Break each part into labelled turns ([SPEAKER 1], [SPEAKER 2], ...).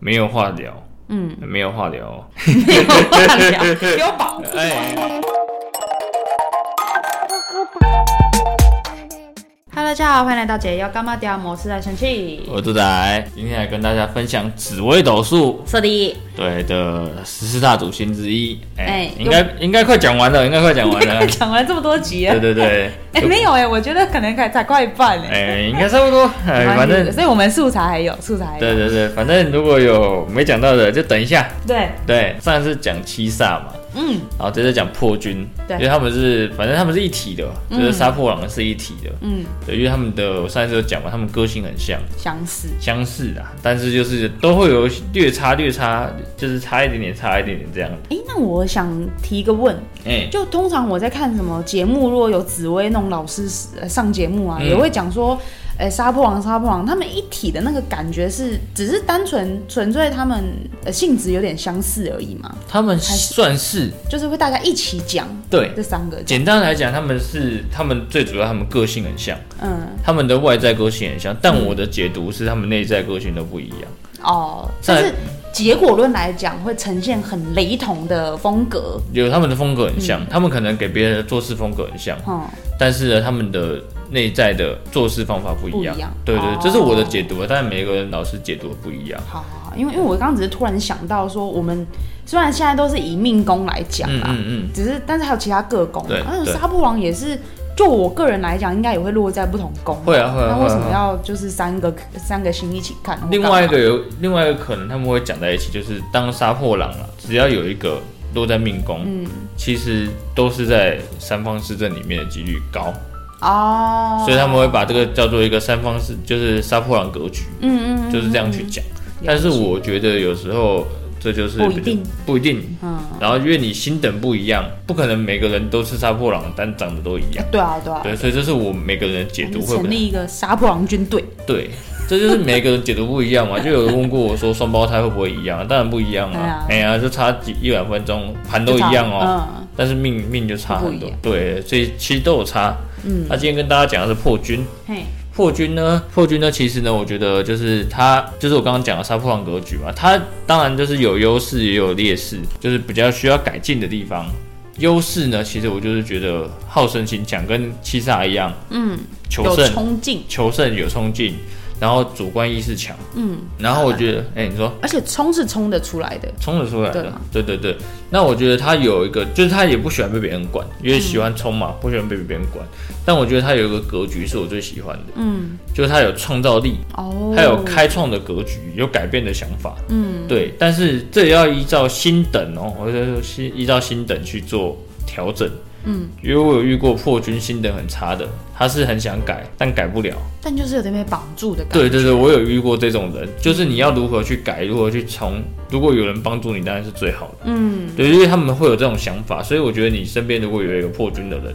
[SPEAKER 1] 没有话聊，
[SPEAKER 2] 嗯，
[SPEAKER 1] 没有话聊。
[SPEAKER 2] 没有话聊，碉堡。
[SPEAKER 1] 哎，
[SPEAKER 2] Hello，大家好，欢迎来到解忧干妈屌模式在生气。
[SPEAKER 1] 我是杜仔，今天来跟大家分享紫微斗数
[SPEAKER 2] 是的，
[SPEAKER 1] 对的十四大主星之一。哎
[SPEAKER 2] 哎，。
[SPEAKER 1] 应该应该快讲完了，应该快讲完了
[SPEAKER 2] 讲完这么多集啊
[SPEAKER 1] 对，对对，
[SPEAKER 2] 哎、没有哎、我觉得可能才才快一半哎、
[SPEAKER 1] 哎，应该差不多。哎，反正
[SPEAKER 2] 所以我们素材还有，素材还有。
[SPEAKER 1] 对对对，反正如果有没讲到的，就等一下。
[SPEAKER 2] 对，
[SPEAKER 1] 对，上一次讲七煞嘛，
[SPEAKER 2] 嗯，
[SPEAKER 1] 然后这次讲破军，
[SPEAKER 2] 对
[SPEAKER 1] 因为他们是反正他们是一体的，
[SPEAKER 2] 嗯
[SPEAKER 1] 就是杀破狼是一体的，
[SPEAKER 2] 嗯，
[SPEAKER 1] 对，因为他们的我上一次有讲嘛，他们个性很像，
[SPEAKER 2] 相似。
[SPEAKER 1] 相似啊，但是就是都会有略差略差，就是差一点点，差一点点这样。
[SPEAKER 2] 哎、那我想提一个问，
[SPEAKER 1] 哎、
[SPEAKER 2] 就通常我在看什么节目，如果有紫薇那种老师呃上节目啊，
[SPEAKER 1] 嗯
[SPEAKER 2] 也会讲说，呃，杀破狼、杀破狼，他们一体的那个感觉是，只是单纯纯粹他们呃性质有点相似而已嘛，
[SPEAKER 1] 他们算是
[SPEAKER 2] 就是会大家一起讲
[SPEAKER 1] 对。
[SPEAKER 2] 这三个，
[SPEAKER 1] 简单来讲，他们是他们最主要，他们个性很像，
[SPEAKER 2] 嗯，
[SPEAKER 1] 他们的外在个性很像，但我的解读是他们内在个性都不一样。
[SPEAKER 2] 哦，
[SPEAKER 1] 再
[SPEAKER 2] 但
[SPEAKER 1] 来
[SPEAKER 2] 是结果论来讲会呈现很雷同的风格，
[SPEAKER 1] 有他们的风格很像，他们可能给别人的做事风格很像，
[SPEAKER 2] 嗯，
[SPEAKER 1] 但是呢，他们的内在的做事方法不一样。
[SPEAKER 2] 不一样
[SPEAKER 1] 对对，
[SPEAKER 2] 哦
[SPEAKER 1] 这是我的解读，啊但是每个人老师解读的不一样。
[SPEAKER 2] 好好好，因为因为我刚刚只是突然想到说，我们虽然现在都是以命宫来讲
[SPEAKER 1] 嗯
[SPEAKER 2] 啦，
[SPEAKER 1] 嗯嗯，
[SPEAKER 2] 只是但是还有其他各宫啊
[SPEAKER 1] 对
[SPEAKER 2] 嘛，而且
[SPEAKER 1] 对
[SPEAKER 2] 杀破狼也是，就我个人来讲，应该也会落在不同宫。
[SPEAKER 1] 会啊会啊
[SPEAKER 2] 那
[SPEAKER 1] 会
[SPEAKER 2] 为什
[SPEAKER 1] 啊。
[SPEAKER 2] 么
[SPEAKER 1] 会啊
[SPEAKER 2] 要就是三个三个星一起看？
[SPEAKER 1] 另外一个有另外一个可能他们会讲在一起，就是当杀破狼了，只要有一个落在命宫，
[SPEAKER 2] 嗯
[SPEAKER 1] 其实都是在三方四正里面的几率高，
[SPEAKER 2] 哦，
[SPEAKER 1] 所以他们会把这个叫做一个三方四，就是杀破狼格局，
[SPEAKER 2] 嗯嗯嗯，
[SPEAKER 1] 就是这样去讲。
[SPEAKER 2] 嗯
[SPEAKER 1] 但是我觉得有时候这就是
[SPEAKER 2] 不一定
[SPEAKER 1] 不一定
[SPEAKER 2] 嗯，
[SPEAKER 1] 然后因为你心等不一样，不可能每个人都是杀破狼，但长得都一样。
[SPEAKER 2] 对啊对啊，
[SPEAKER 1] 对，所以这是我每个人的解
[SPEAKER 2] 我
[SPEAKER 1] 读
[SPEAKER 2] 们
[SPEAKER 1] 会不
[SPEAKER 2] 成
[SPEAKER 1] 会
[SPEAKER 2] 立一个杀破狼军队，
[SPEAKER 1] 对，这就是每个人解读不一 样嘛。就有人问过我说双胞胎会不会一样？当然不一样啊！哎
[SPEAKER 2] 哎
[SPEAKER 1] 呀，就差几一两分钟，盘都一样哦，
[SPEAKER 2] 嗯，
[SPEAKER 1] 但是命命就差很
[SPEAKER 2] 不
[SPEAKER 1] 多
[SPEAKER 2] 一样。
[SPEAKER 1] 对，所以其实都有差。
[SPEAKER 2] 嗯，
[SPEAKER 1] 那今天跟大家讲的是破军，
[SPEAKER 2] 嘿，
[SPEAKER 1] 破军呢，破军呢，其实呢，我觉得就是他，就是我刚刚讲的杀破狼格局嘛，他当然就是有优势也有劣势，就是比较需要改进的地方。优势呢，其实我就是觉得好胜心强，跟七煞一样，
[SPEAKER 2] 嗯，
[SPEAKER 1] 求
[SPEAKER 2] 有
[SPEAKER 1] 胜、
[SPEAKER 2] 冲劲，
[SPEAKER 1] 求胜有冲劲，然后主观意识强，
[SPEAKER 2] 嗯，
[SPEAKER 1] 然后我觉得，哎、你说。
[SPEAKER 2] 而且冲是冲得出来的，
[SPEAKER 1] 冲得出来
[SPEAKER 2] 对
[SPEAKER 1] 的
[SPEAKER 2] 嘛，
[SPEAKER 1] 对对对。那我觉得他有一个，就是他也不喜欢被别人管，因为喜欢冲嘛，不喜欢被别人管。但我觉得他有一个格局是我最喜欢的，
[SPEAKER 2] 嗯，
[SPEAKER 1] 就是他有创造力，
[SPEAKER 2] 哦，
[SPEAKER 1] 还有开创的格局，有改变的想法，嗯，对。但是这也要依照新等哦，或者说新依照新等去做调整，嗯，因为我有遇过破军新等很差的，他是很想改，但改不了。
[SPEAKER 2] 但就是有点被绑住的感觉，
[SPEAKER 1] 对对对，我有遇过这种人，就是你要如何去改，如何去从，如果有人帮助你，当然是最好的，
[SPEAKER 2] 嗯，
[SPEAKER 1] 对，因为他们会有这种想法，所以我觉得你身边如果有一个破军的人。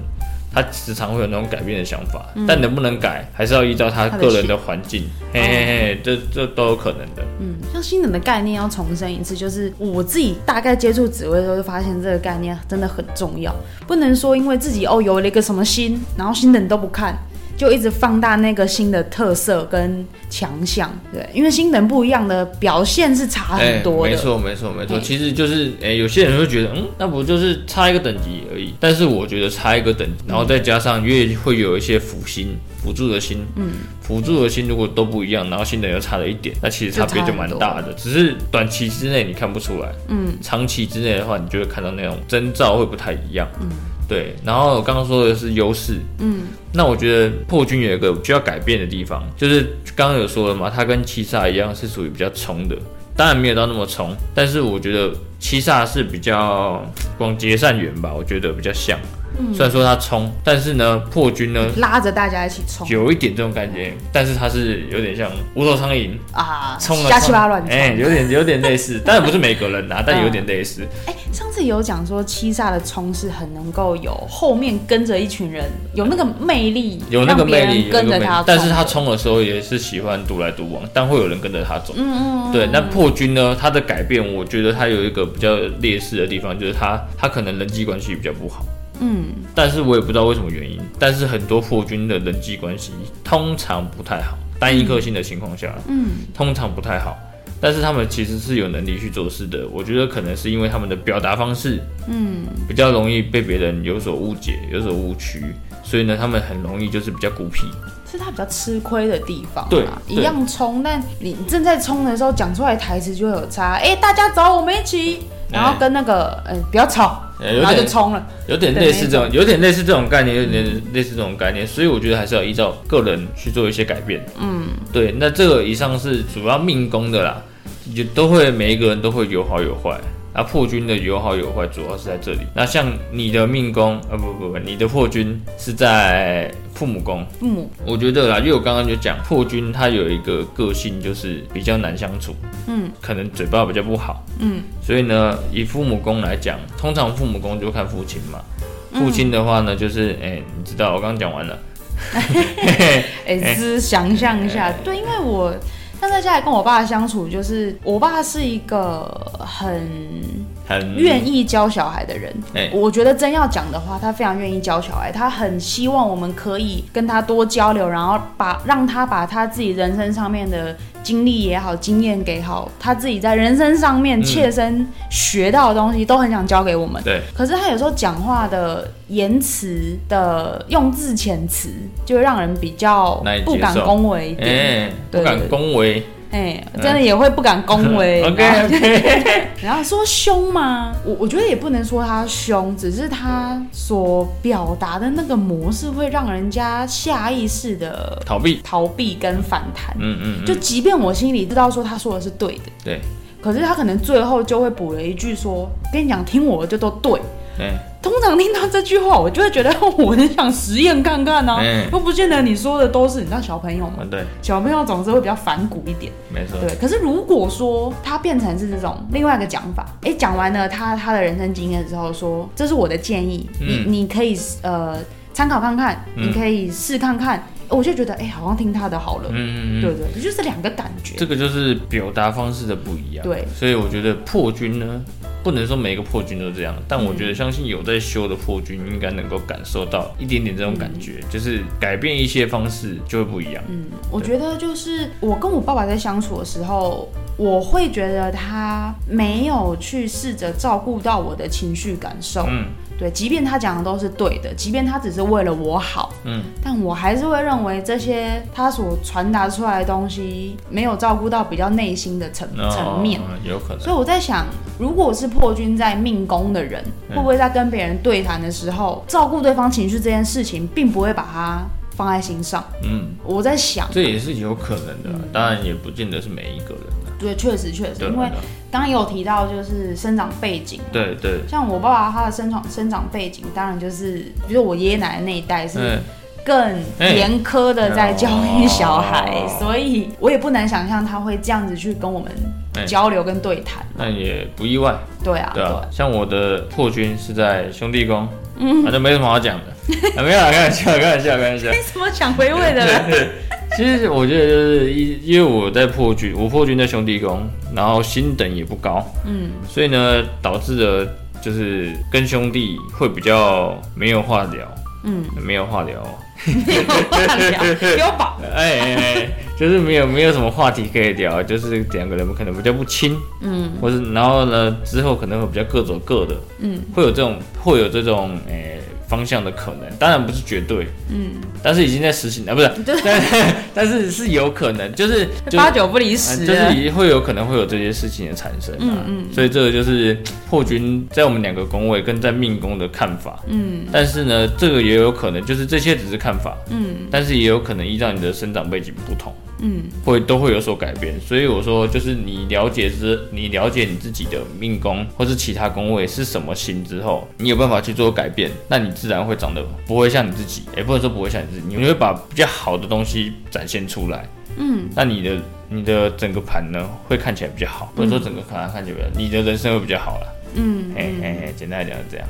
[SPEAKER 1] 他时常会有那种改变的想法，
[SPEAKER 2] 嗯
[SPEAKER 1] 但能不能改，还是要依照他
[SPEAKER 2] 他的
[SPEAKER 1] 个人
[SPEAKER 2] 性
[SPEAKER 1] 的环境，嘿嘿嘿，这这都有可能的。
[SPEAKER 2] 嗯，像新人的概念要重申一次，
[SPEAKER 1] 哎
[SPEAKER 2] 就是嗯我自己大概接触紫薇的时候，就发现这个概念真的很重要，不能说因为自己哦有了一个什么新，然后新人都不看，就一直放大那个新的特色跟强项，对，因为新人不一样的表现是差很多的，
[SPEAKER 1] 哎没错，没错，没错。
[SPEAKER 2] 哎
[SPEAKER 1] 其实就是，哎、有些人会觉得，嗯，那不就是差一个等级而已。但是我觉得差一个等级，然后再加上越会有一些辅星、辅助的星，嗯，辅助的星如果都不一样，然后新人又差了一点，那其实差别就蛮大的。只是短期之内你看不出来，嗯，长期之内的话，你就会看到那种征兆会不太一样，嗯。对，然后我刚刚说的是优势，那我觉得破军有一个需要改变的地方，就是刚刚有说了嘛，它跟七煞一样是属于比较冲的，当然没有到那么冲，但是我觉得七煞是比较广结善缘吧，我觉得比较像。
[SPEAKER 2] 嗯
[SPEAKER 1] 虽然说它冲，但是呢，破军呢
[SPEAKER 2] 拉着大家一起冲
[SPEAKER 1] 有一点这种感觉，但是它是有点像无头苍蝇
[SPEAKER 2] 啊，
[SPEAKER 1] 冲了
[SPEAKER 2] 瞎七八乱冲。
[SPEAKER 1] 哎、有点有点类似，当然不是每个人啊，但有点类似。
[SPEAKER 2] 哎、上次有讲说七煞的冲是很能够有后面跟着一群人，有那个魅力，
[SPEAKER 1] 有那个
[SPEAKER 2] 让别
[SPEAKER 1] 魅
[SPEAKER 2] 人
[SPEAKER 1] 力，有那
[SPEAKER 2] 跟
[SPEAKER 1] 个
[SPEAKER 2] 着
[SPEAKER 1] 魅力
[SPEAKER 2] 他，
[SPEAKER 1] 但是
[SPEAKER 2] 冲
[SPEAKER 1] 他
[SPEAKER 2] 的
[SPEAKER 1] 冲的时候也是喜欢独来独往，但会有人跟着他走。
[SPEAKER 2] 嗯嗯
[SPEAKER 1] 对，那破军呢？他的改变，我觉得他有一个比较劣势的地方，就是他他可能人际关系比较不好，
[SPEAKER 2] 嗯。
[SPEAKER 1] 但是我也不知道为什么原因。但是很多破军的人际关系通常不太好，单一个性的情况下，
[SPEAKER 2] 嗯
[SPEAKER 1] 通常不太好。但是他们其实是有能力去做事的。我觉得可能是因为他们的表达方式，嗯，比较容易被别人有所误解、有所误区，所以呢，他们很容易就是比较孤僻。
[SPEAKER 2] 是他比较吃亏的地方
[SPEAKER 1] 对
[SPEAKER 2] 啦，
[SPEAKER 1] 啊对
[SPEAKER 2] 一样冲，但你正在冲的时候讲出来台词就会有差。哎、大家走，我们一起，然后跟那个，呃、不要吵，
[SPEAKER 1] 呃有
[SPEAKER 2] 然后啊就
[SPEAKER 1] 点
[SPEAKER 2] 冲了。
[SPEAKER 1] 有点类似这种，有点类似这种概念，有点类似这种概念，所以我觉得还是要依照个人去做一些改变。嗯，对，那这个以上是主要命宫的啦，也都会每一个人都会有好有坏。那破军的有好有坏，主要是在这里。那像你的命宫，呃，不不不，你的破军是在父母宫。
[SPEAKER 2] 父母
[SPEAKER 1] 我觉得啦，因为我刚刚就讲破军，他有一个个性就是比较难相处，嗯，可能嘴巴比较不好，嗯，所以呢，以父母宫来讲，通常父母宫就看父亲嘛，
[SPEAKER 2] 嗯
[SPEAKER 1] 父亲的话呢，就是哎、你知道我刚刚讲完了，
[SPEAKER 2] 哎、思想象一
[SPEAKER 1] 哎
[SPEAKER 2] 下，对，因为我像在家里跟我爸相处，就是我爸是一个很
[SPEAKER 1] 很
[SPEAKER 2] 愿意教小孩的人。
[SPEAKER 1] 哎
[SPEAKER 2] 我觉得真要讲的话，他非常愿意教小孩，他很希望我们可以跟他多交流，然后把让他把他自己人生上面的经历也好、经验给好，他自己在人生上面切身学到的东西，都很想教给我们。
[SPEAKER 1] 嗯对，
[SPEAKER 2] 可是他有时候讲话的言辞的用字遣词，就会让人比较
[SPEAKER 1] 难以接受
[SPEAKER 2] 不敢恭维一
[SPEAKER 1] 哎、
[SPEAKER 2] 点。
[SPEAKER 1] 不
[SPEAKER 2] 对
[SPEAKER 1] 敢恭维
[SPEAKER 2] 哎、真的也会不敢恭维。
[SPEAKER 1] ，OK OK，
[SPEAKER 2] 然后说凶吗？我我觉得也不能说他凶，只是他所表达的那个模式会让人家下意识的
[SPEAKER 1] 逃避，
[SPEAKER 2] 逃避跟反弹。
[SPEAKER 1] 嗯嗯
[SPEAKER 2] 就即便我心里知道说他说的是对的，
[SPEAKER 1] 对，
[SPEAKER 2] 可是他可能最后就会补了一句说：“跟你讲，听我的就都对。”
[SPEAKER 1] 哎、
[SPEAKER 2] 通常听到这句话，我就会觉得哦我很想实验看看呢、
[SPEAKER 1] 嗯
[SPEAKER 2] 又不见得你说的都是。你知道小朋友嘛，
[SPEAKER 1] 嗯对，
[SPEAKER 2] 小朋友总是会比较反骨一点。
[SPEAKER 1] 没错，
[SPEAKER 2] 对，可是如果说他变成是这种另外一个讲法，哎，讲完了他他的人生经验之后说，这是我的建议，
[SPEAKER 1] 嗯
[SPEAKER 2] 你你可以呃参考看看，
[SPEAKER 1] 嗯
[SPEAKER 2] 你可以试看看，我就觉得哎，诶好像听他的好了，
[SPEAKER 1] 嗯嗯嗯。
[SPEAKER 2] 对对，就是两个感觉，
[SPEAKER 1] 这个就是表达方式的不一样。
[SPEAKER 2] 对
[SPEAKER 1] 所以我觉得破军呢，不能说每一个破军都这样，但我觉得相信有在修的破军应该能够感受到一点点这种感觉，就是改变一些方式就会不一样。
[SPEAKER 2] 嗯，我觉得就是我跟我爸爸在相处的时候，我会觉得他没有去试着照顾到我的情绪感受。
[SPEAKER 1] 嗯，
[SPEAKER 2] 对，即便他讲的都是对的，即便他只是为了我好，
[SPEAKER 1] 嗯，
[SPEAKER 2] 但我还是会认为这些他所传达出来的东西没有照顾到比较内心的层
[SPEAKER 1] 那
[SPEAKER 2] 层面。
[SPEAKER 1] 嗯哦有可能。
[SPEAKER 2] 所以我在想，如果是破军在命宫的人，
[SPEAKER 1] 嗯
[SPEAKER 2] 会不会在跟别人对谈的时候，照顾对方情绪这件事情，并不会把它放在心上？
[SPEAKER 1] 嗯，
[SPEAKER 2] 我在想，
[SPEAKER 1] 这也是有可能的，啊当然也不见得是每一个人啊。
[SPEAKER 2] 对，确实确实，
[SPEAKER 1] 对
[SPEAKER 2] 嗯因为
[SPEAKER 1] 啊
[SPEAKER 2] 刚刚有提到就是生长背景，
[SPEAKER 1] 对啊对，
[SPEAKER 2] 像我爸爸他的生长生长背景，当然就是比如我爷爷奶奶那一代是
[SPEAKER 1] 嗯，
[SPEAKER 2] 更
[SPEAKER 1] 哎
[SPEAKER 2] 严苛的在教育小孩，
[SPEAKER 1] 哦
[SPEAKER 2] 所以我也不难想象他会这样子去跟我们
[SPEAKER 1] 哎
[SPEAKER 2] 交流跟对谈。
[SPEAKER 1] 那也不意外。
[SPEAKER 2] 对啊，
[SPEAKER 1] 对啊，像我的破军是在兄弟宫，嗯，反正没什么好讲的，啊没有啦，开玩笑，开玩笑，开玩 笑。
[SPEAKER 2] 没什么想回味 的了。
[SPEAKER 1] 其实我觉得就是因因为我在破军，我破军在兄弟宫，然后星等也不高，
[SPEAKER 2] 嗯，
[SPEAKER 1] 所以呢导致了就是跟兄弟会比较没有话聊，
[SPEAKER 2] 嗯，
[SPEAKER 1] 没有话聊，
[SPEAKER 2] 有话聊，有宝。
[SPEAKER 1] 哎哎哎，就是没有没有什么话题可以聊，就是两个人可能比较不亲，
[SPEAKER 2] 嗯，
[SPEAKER 1] 或是然后呢之后可能会比较各走各的，
[SPEAKER 2] 嗯，
[SPEAKER 1] 会有这种会有这种哎、方向的可能，当然不是绝对，
[SPEAKER 2] 嗯，
[SPEAKER 1] 但是已经在实行了，啊不是，
[SPEAKER 2] 对
[SPEAKER 1] 但但是是有可能，就是就是
[SPEAKER 2] 嗯八九不离
[SPEAKER 1] 啊
[SPEAKER 2] 十
[SPEAKER 1] 就
[SPEAKER 2] 了。
[SPEAKER 1] 是也会有可能会有这些事情的产生、啊，
[SPEAKER 2] 嗯嗯
[SPEAKER 1] 所以这个就是破军在我们两个宫位跟在命宫的看法，
[SPEAKER 2] 嗯
[SPEAKER 1] 但是呢，这个也有可能就是这些只是看法，
[SPEAKER 2] 嗯
[SPEAKER 1] 但是也有可能依照你的生长背景不同，
[SPEAKER 2] 嗯
[SPEAKER 1] 会都会有所改变。所以我说，就是你了解之，你了解你自己的命宫或是其他宫位是什么星之后，你有办法去做改变，那你自然会长得不会像你自己，也不能说不会像你自己，你会把比较好的东西展现出来。
[SPEAKER 2] 嗯，
[SPEAKER 1] 那你的你的整个盘呢，会看起来比较好，不能说整个盘看起来比较，你的人生会比较好了。
[SPEAKER 2] 嗯，
[SPEAKER 1] 哎哎哎，简单来讲是这样。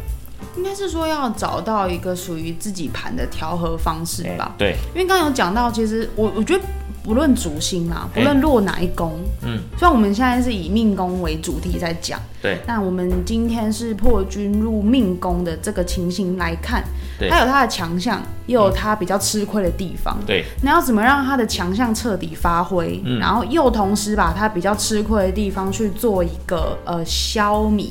[SPEAKER 2] 应该是说要找到一个属于自己盘的调和方式
[SPEAKER 1] 哎
[SPEAKER 2] 吧。
[SPEAKER 1] 对，
[SPEAKER 2] 因为刚刚有讲到，其实我我觉得。不论主星啦，不论落哪一宫，
[SPEAKER 1] 哎嗯，
[SPEAKER 2] 虽然我们现在是以命宫为主题在讲，
[SPEAKER 1] 对
[SPEAKER 2] 那我们今天是破军入命宫的这个情形来看，
[SPEAKER 1] 对
[SPEAKER 2] 它有它的强项，也有它比较吃亏的地方。
[SPEAKER 1] 对，
[SPEAKER 2] 那要怎么让它的强项彻底发挥，
[SPEAKER 1] 嗯
[SPEAKER 2] 然后又同时把它比较吃亏的地方去做一个呃消弭，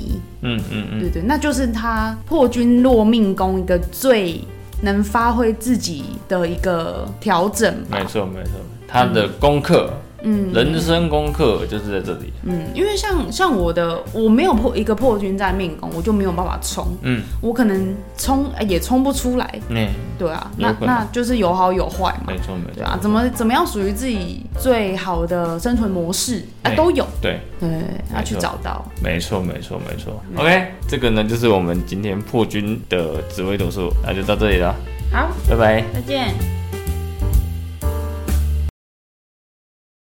[SPEAKER 1] 嗯嗯嗯，
[SPEAKER 2] 对对，那就是他破军落命宫一个最能发挥自己的一个调整吧
[SPEAKER 1] 没。错没错，他的功课，嗯，人生功课就是在这里，
[SPEAKER 2] 嗯，因为像像我的，我没有破一个破军在命宫，我就没有办法冲，
[SPEAKER 1] 嗯，
[SPEAKER 2] 我可能冲呃也冲不出来，
[SPEAKER 1] 嗯，
[SPEAKER 2] 对啊，
[SPEAKER 1] 有
[SPEAKER 2] 那
[SPEAKER 1] 可能
[SPEAKER 2] 那就是有好有坏嘛
[SPEAKER 1] 没，错没
[SPEAKER 2] 对
[SPEAKER 1] 错，
[SPEAKER 2] 啊，怎么怎么样属于自己最好的生存模式啊
[SPEAKER 1] 对
[SPEAKER 2] 都有，
[SPEAKER 1] 对。
[SPEAKER 2] 对，要去
[SPEAKER 1] 没错
[SPEAKER 2] 找到。
[SPEAKER 1] 没错，没错，没错。OK，这
[SPEAKER 2] 嗯
[SPEAKER 1] 个呢就是我们今天破军的紫微斗数，那就到这里了，
[SPEAKER 2] 好，
[SPEAKER 1] 拜拜。
[SPEAKER 2] 再见。